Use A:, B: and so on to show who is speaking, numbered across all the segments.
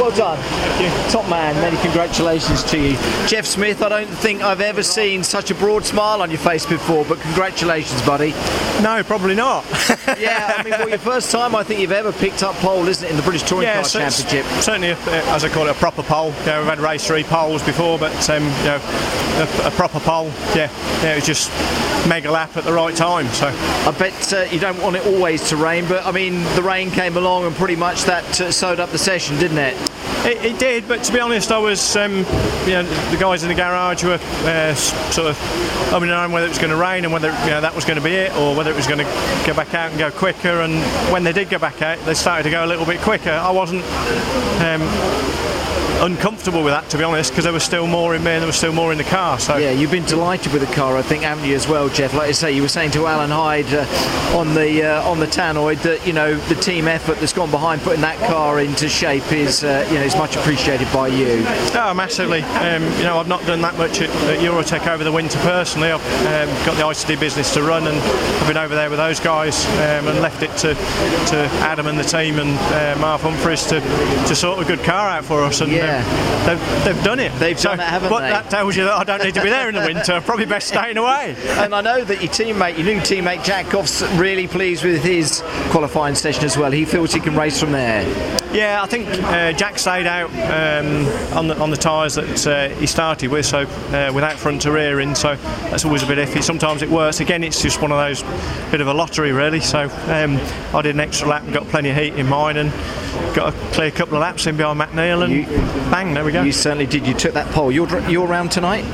A: Well done. Top man, many congratulations to you. Jeff Smith, I don't think I've ever seen such a broad smile on your face before, but congratulations, buddy.
B: No, probably not.
A: yeah, I mean, well, your first time I think you've ever picked up pole, isn't it, in the British Touring Car
B: so it's
A: Championship?
B: Certainly, a, as I call it, a proper pole. Yeah, we've had race three poles before, but um, you know, a, a proper pole. Yeah, yeah, it was just mega lap at the right time. So
A: I bet uh, you don't want it always to rain, but I mean, the rain came along and pretty much that uh, sewed up the session, didn't it?
B: It, it did, but to be honest, I was, um, you know, the guys in the garage were uh, s- sort of umming and ahhing whether it was going to rain and whether you know, that was going to be it or whether it was going to go back out and go quicker. And when they did go back out, they started to go a little bit quicker. I wasn't um, uncomfortable with that, to be honest, because there was still more in me and there was still more in the car. So
A: Yeah, you've been delighted with the car, I think, haven't you, as well, Jeff? Like I say, you were saying to Alan Hyde uh, on the uh, on the tannoid that you know the team effort that's gone behind putting that car into shape is uh, you know is much appreciated by you.
B: Oh, massively. Um, you know, I've not done that much at, at Eurotech over the winter personally. I've um, got the ICD business to run, and I've been over there with those guys um, and left it to, to Adam and the team and uh, Marv Humphries to, to sort a good car out for us. And um,
A: Yeah.
B: they've, they've done it.
A: They've
B: so,
A: done it, haven't
B: but
A: they?
B: that tells you that I don't need to be there in the winter. I'm probably best staying away.
A: And I know that your teammate, your new teammate Jackoff's really pleased with his qualifying session as well. He feels he can race from there.
B: Yeah, I think uh, Jack stayed out um, on the on the tyres that uh, he started with, so uh, without front to rear in. So that's always a bit iffy. Sometimes it works. Again, it's just one of those bit of a lottery, really. So um, I did an extra lap and got plenty of heat in mine and got a clear couple of laps in behind Matt Neal and
A: You-
B: bang, there we go.
A: You certainly did. You took that pole. You're dr- you're round tonight.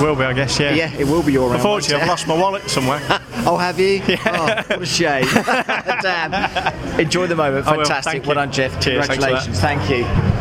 B: Will be, I guess. Yeah.
A: Yeah, it will be your round.
B: Unfortunately, I've
A: won't
B: lost my wallet somewhere.
A: it? Oh, have you? Oh, what a shame. Damn. Enjoy the moment.
B: I will.
A: Fantastic.
B: Thank
A: Well
B: you.
A: done, Jeff.
B: Cheers. Thanks for that.
A: Congratulations. Thank you.